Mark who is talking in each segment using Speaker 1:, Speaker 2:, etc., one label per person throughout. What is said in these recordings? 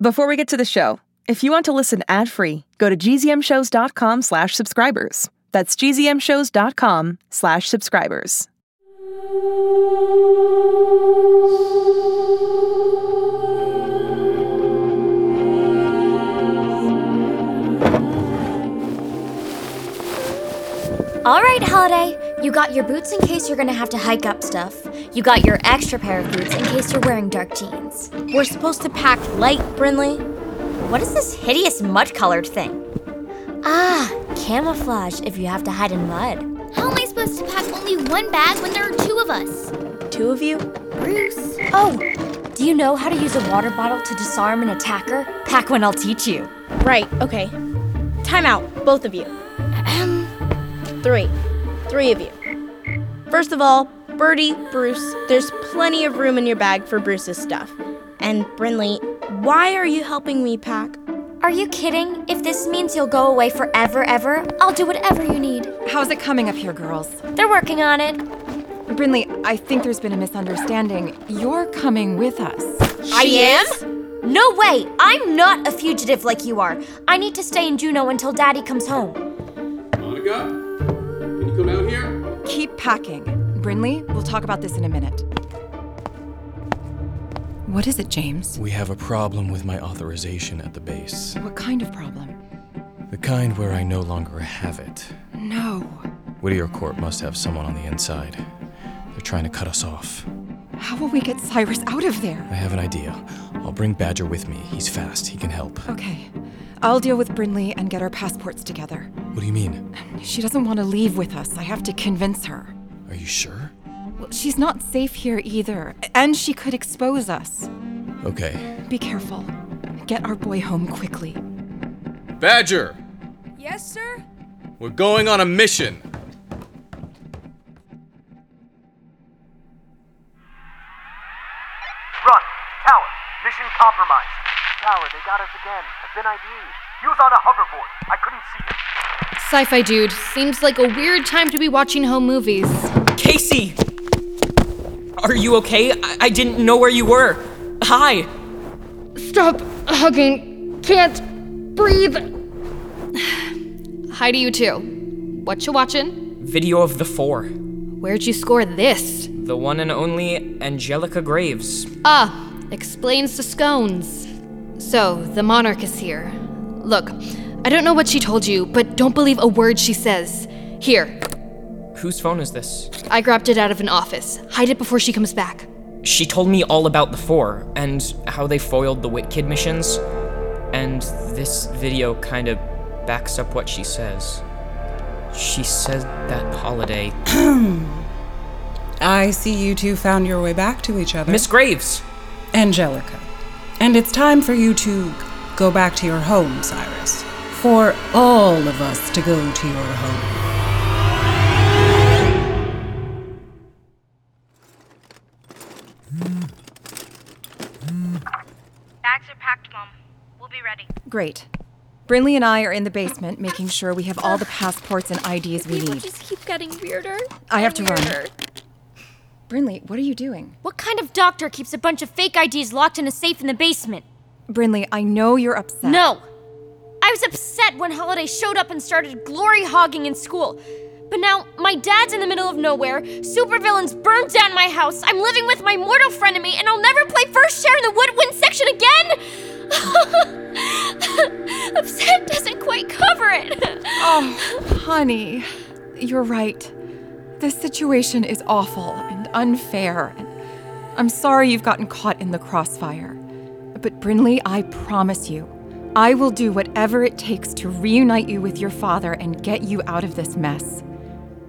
Speaker 1: Before we get to the show, if you want to listen ad-free, go to gzmshows.com slash subscribers. That's gzmshows.com slash subscribers.
Speaker 2: All right, Holiday. You got your boots in case you're gonna have to hike up stuff. You got your extra pair of boots in case you're wearing dark jeans. We're supposed to pack light, Brinley. What is this hideous mud colored thing? Ah, camouflage if you have to hide in mud.
Speaker 3: How am I supposed to pack only one bag when there are two of us?
Speaker 2: Two of you?
Speaker 3: Bruce.
Speaker 2: Oh, do you know how to use a water bottle to disarm an attacker? Pack one, I'll teach you.
Speaker 4: Right, okay. Time out, both of you. Three. Three of you. First of all, Birdie, Bruce, there's plenty of room in your bag for Bruce's stuff. And Brinley, why are you helping me pack?
Speaker 2: Are you kidding? If this means you'll go away forever, ever, I'll do whatever you need.
Speaker 5: How's it coming up here, girls?
Speaker 2: They're working on it.
Speaker 5: Brinley, I think there's been a misunderstanding. You're coming with us.
Speaker 2: I am? No way! I'm not a fugitive like you are. I need to stay in Juneau until Daddy comes home.
Speaker 6: Monica, can you come out here?
Speaker 5: Keep packing. Brinley, we'll talk about this in a minute. What is it, James?
Speaker 7: We have a problem with my authorization at the base.
Speaker 5: What kind of problem?
Speaker 7: The kind where I no longer have it.
Speaker 5: No.
Speaker 7: Whittier Corp must have someone on the inside. They're trying to cut us off.
Speaker 5: How will we get Cyrus out of there?
Speaker 7: I have an idea. I'll bring Badger with me. He's fast, he can help.
Speaker 5: Okay. I'll deal with Brinley and get our passports together.
Speaker 7: What do you mean?
Speaker 5: She doesn't want to leave with us. I have to convince her.
Speaker 7: Are you sure?
Speaker 5: Well, she's not safe here either, and she could expose us.
Speaker 7: Okay.
Speaker 5: Be careful. Get our boy home quickly.
Speaker 7: Badger!
Speaker 8: Yes, sir?
Speaker 7: We're going on a mission!
Speaker 9: Run! Tower! Mission compromised! Tower, they got us again. I've been ID'd. He was on a hoverboard. I couldn't see him.
Speaker 10: Sci fi dude, seems like a weird time to be watching home movies.
Speaker 11: Casey! Are you okay? I, I didn't know where you were. Hi!
Speaker 10: Stop hugging. Can't breathe. Hi to you too. What you watching?
Speaker 11: Video of the four.
Speaker 10: Where'd you score this?
Speaker 11: The one and only Angelica Graves.
Speaker 10: Ah, explains the scones. So, the monarch is here. Look, I don't know what she told you, but don't believe a word she says. Here,
Speaker 11: Whose phone is this?
Speaker 10: I grabbed it out of an office. Hide it before she comes back.
Speaker 11: She told me all about the four and how they foiled the Wit Kid missions. And this video kind of backs up what she says. She said that holiday.
Speaker 12: I see you two found your way back to each other.
Speaker 11: Miss Graves!
Speaker 12: Angelica. And it's time for you to go back to your home, Cyrus. For all of us to go to your home.
Speaker 13: Bags are packed, Mom. We'll be ready.
Speaker 5: Great. Brinley and I are in the basement making sure we have all the passports and IDs we
Speaker 3: People
Speaker 5: need.
Speaker 3: just keep getting weirder.
Speaker 5: I have to
Speaker 3: and
Speaker 5: run.
Speaker 3: weirder.
Speaker 5: Brinley, what are you doing?
Speaker 2: What kind of doctor keeps a bunch of fake IDs locked in a safe in the basement?
Speaker 5: Brinley, I know you're upset.
Speaker 2: No! I was upset when Holiday showed up and started glory hogging in school. But now, my dad's in the middle of nowhere, supervillains burned down my house, I'm living with my mortal frenemy, and I'll never play first chair in the woodwind section again! upset doesn't quite cover it!
Speaker 5: Oh, Honey, you're right. This situation is awful and unfair, and I'm sorry you've gotten caught in the crossfire. But Brinley, I promise you, I will do whatever it takes to reunite you with your father and get you out of this mess.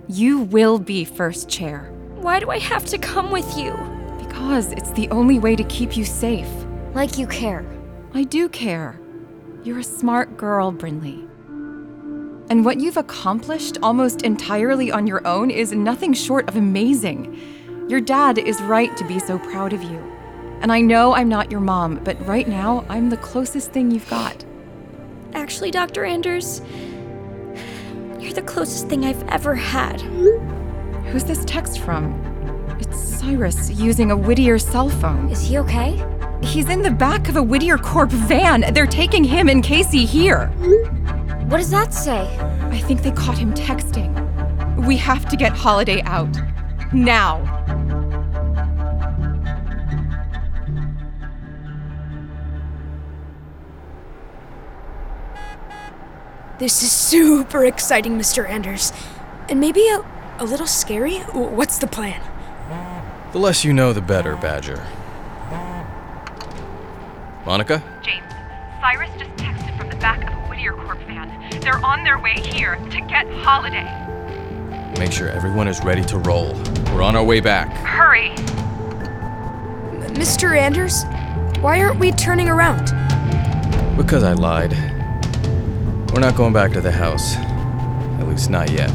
Speaker 5: You will be first chair,
Speaker 2: Why do I have to come with you?
Speaker 5: because it's the only way to keep you safe.
Speaker 2: Like you care.
Speaker 5: I do care. You're a smart girl, Brinley. And what you've accomplished almost entirely on your own is nothing short of amazing. Your dad is right to be so proud of you. And I know I'm not your mom, but right now I'm the closest thing you've got.
Speaker 4: Actually, Dr. Anders, you're the closest thing I've ever had.
Speaker 5: Who's this text from? It's Cyrus using a Whittier cell phone.
Speaker 2: Is he okay?
Speaker 5: He's in the back of a Whittier Corp van. They're taking him and Casey here.
Speaker 14: What does that say?
Speaker 5: I think they caught him texting. We have to get Holiday out. Now.
Speaker 2: This is super exciting, Mr. Anders. And maybe a, a little scary? W- What's the plan?
Speaker 7: The less you know, the better, Badger. Monica?
Speaker 13: James, Cyrus just texted from the back of a Whittier Corp van. They're on their way here to get Holiday.
Speaker 7: Make sure everyone is ready to roll. We're on our way back.
Speaker 13: Hurry!
Speaker 2: M- Mr. Anders? Why aren't we turning around?
Speaker 7: Because I lied. We're not going back to the house. At least not yet.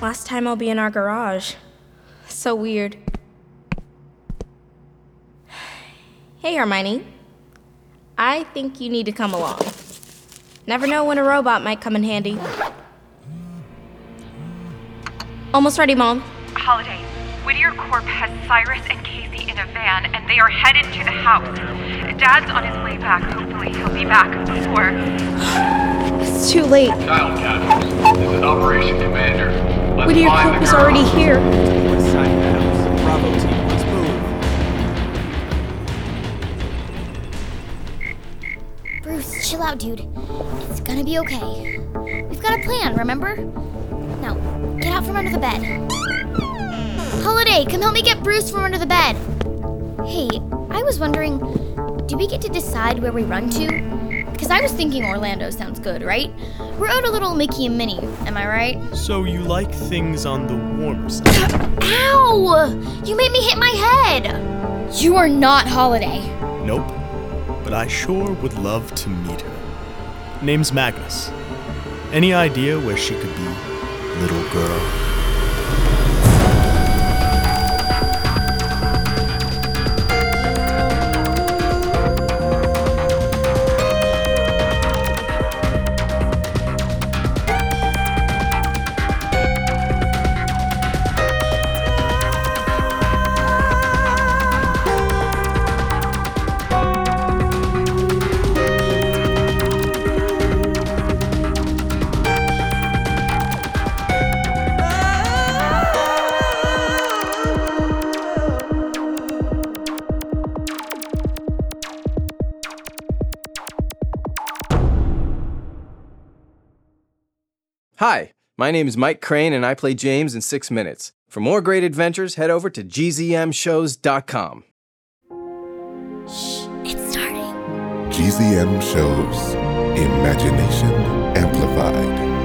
Speaker 15: Last time I'll be in our garage. So weird. Hey, Hermione. I think you need to come along. Never know when a robot might come in handy. Almost ready, Mom.
Speaker 13: Holiday, Whittier Corp has Cyrus and Casey in a van, and they are headed to the house. Dad's on his way back. Hopefully, he'll be back before.
Speaker 15: It's too late.
Speaker 16: Child captors, this is Operation Commander. Let's
Speaker 15: Whittier
Speaker 16: find
Speaker 15: Corp
Speaker 16: the
Speaker 15: is
Speaker 16: girl.
Speaker 15: already here.
Speaker 11: Bravo team, let's move.
Speaker 4: Bruce, chill out, dude. It's gonna be okay. We've got a plan, remember? Now, get out from under the bed. Holiday, come help me get Bruce from under the bed. Hey, I was wondering, do we get to decide where we run to? Because I was thinking Orlando sounds good, right? We're out a little Mickey and Minnie, am I right?
Speaker 11: So you like things on the warmer side?
Speaker 4: Ow! You made me hit my head! You are not Holiday.
Speaker 11: nope. But I sure would love to meet her. Name's Magnus. Any idea where she could be, little girl?
Speaker 7: Hi, my name is Mike Crane, and I play James in six minutes. For more great adventures, head over to gzmshows.com.
Speaker 17: GZM shows Imagination Amplified.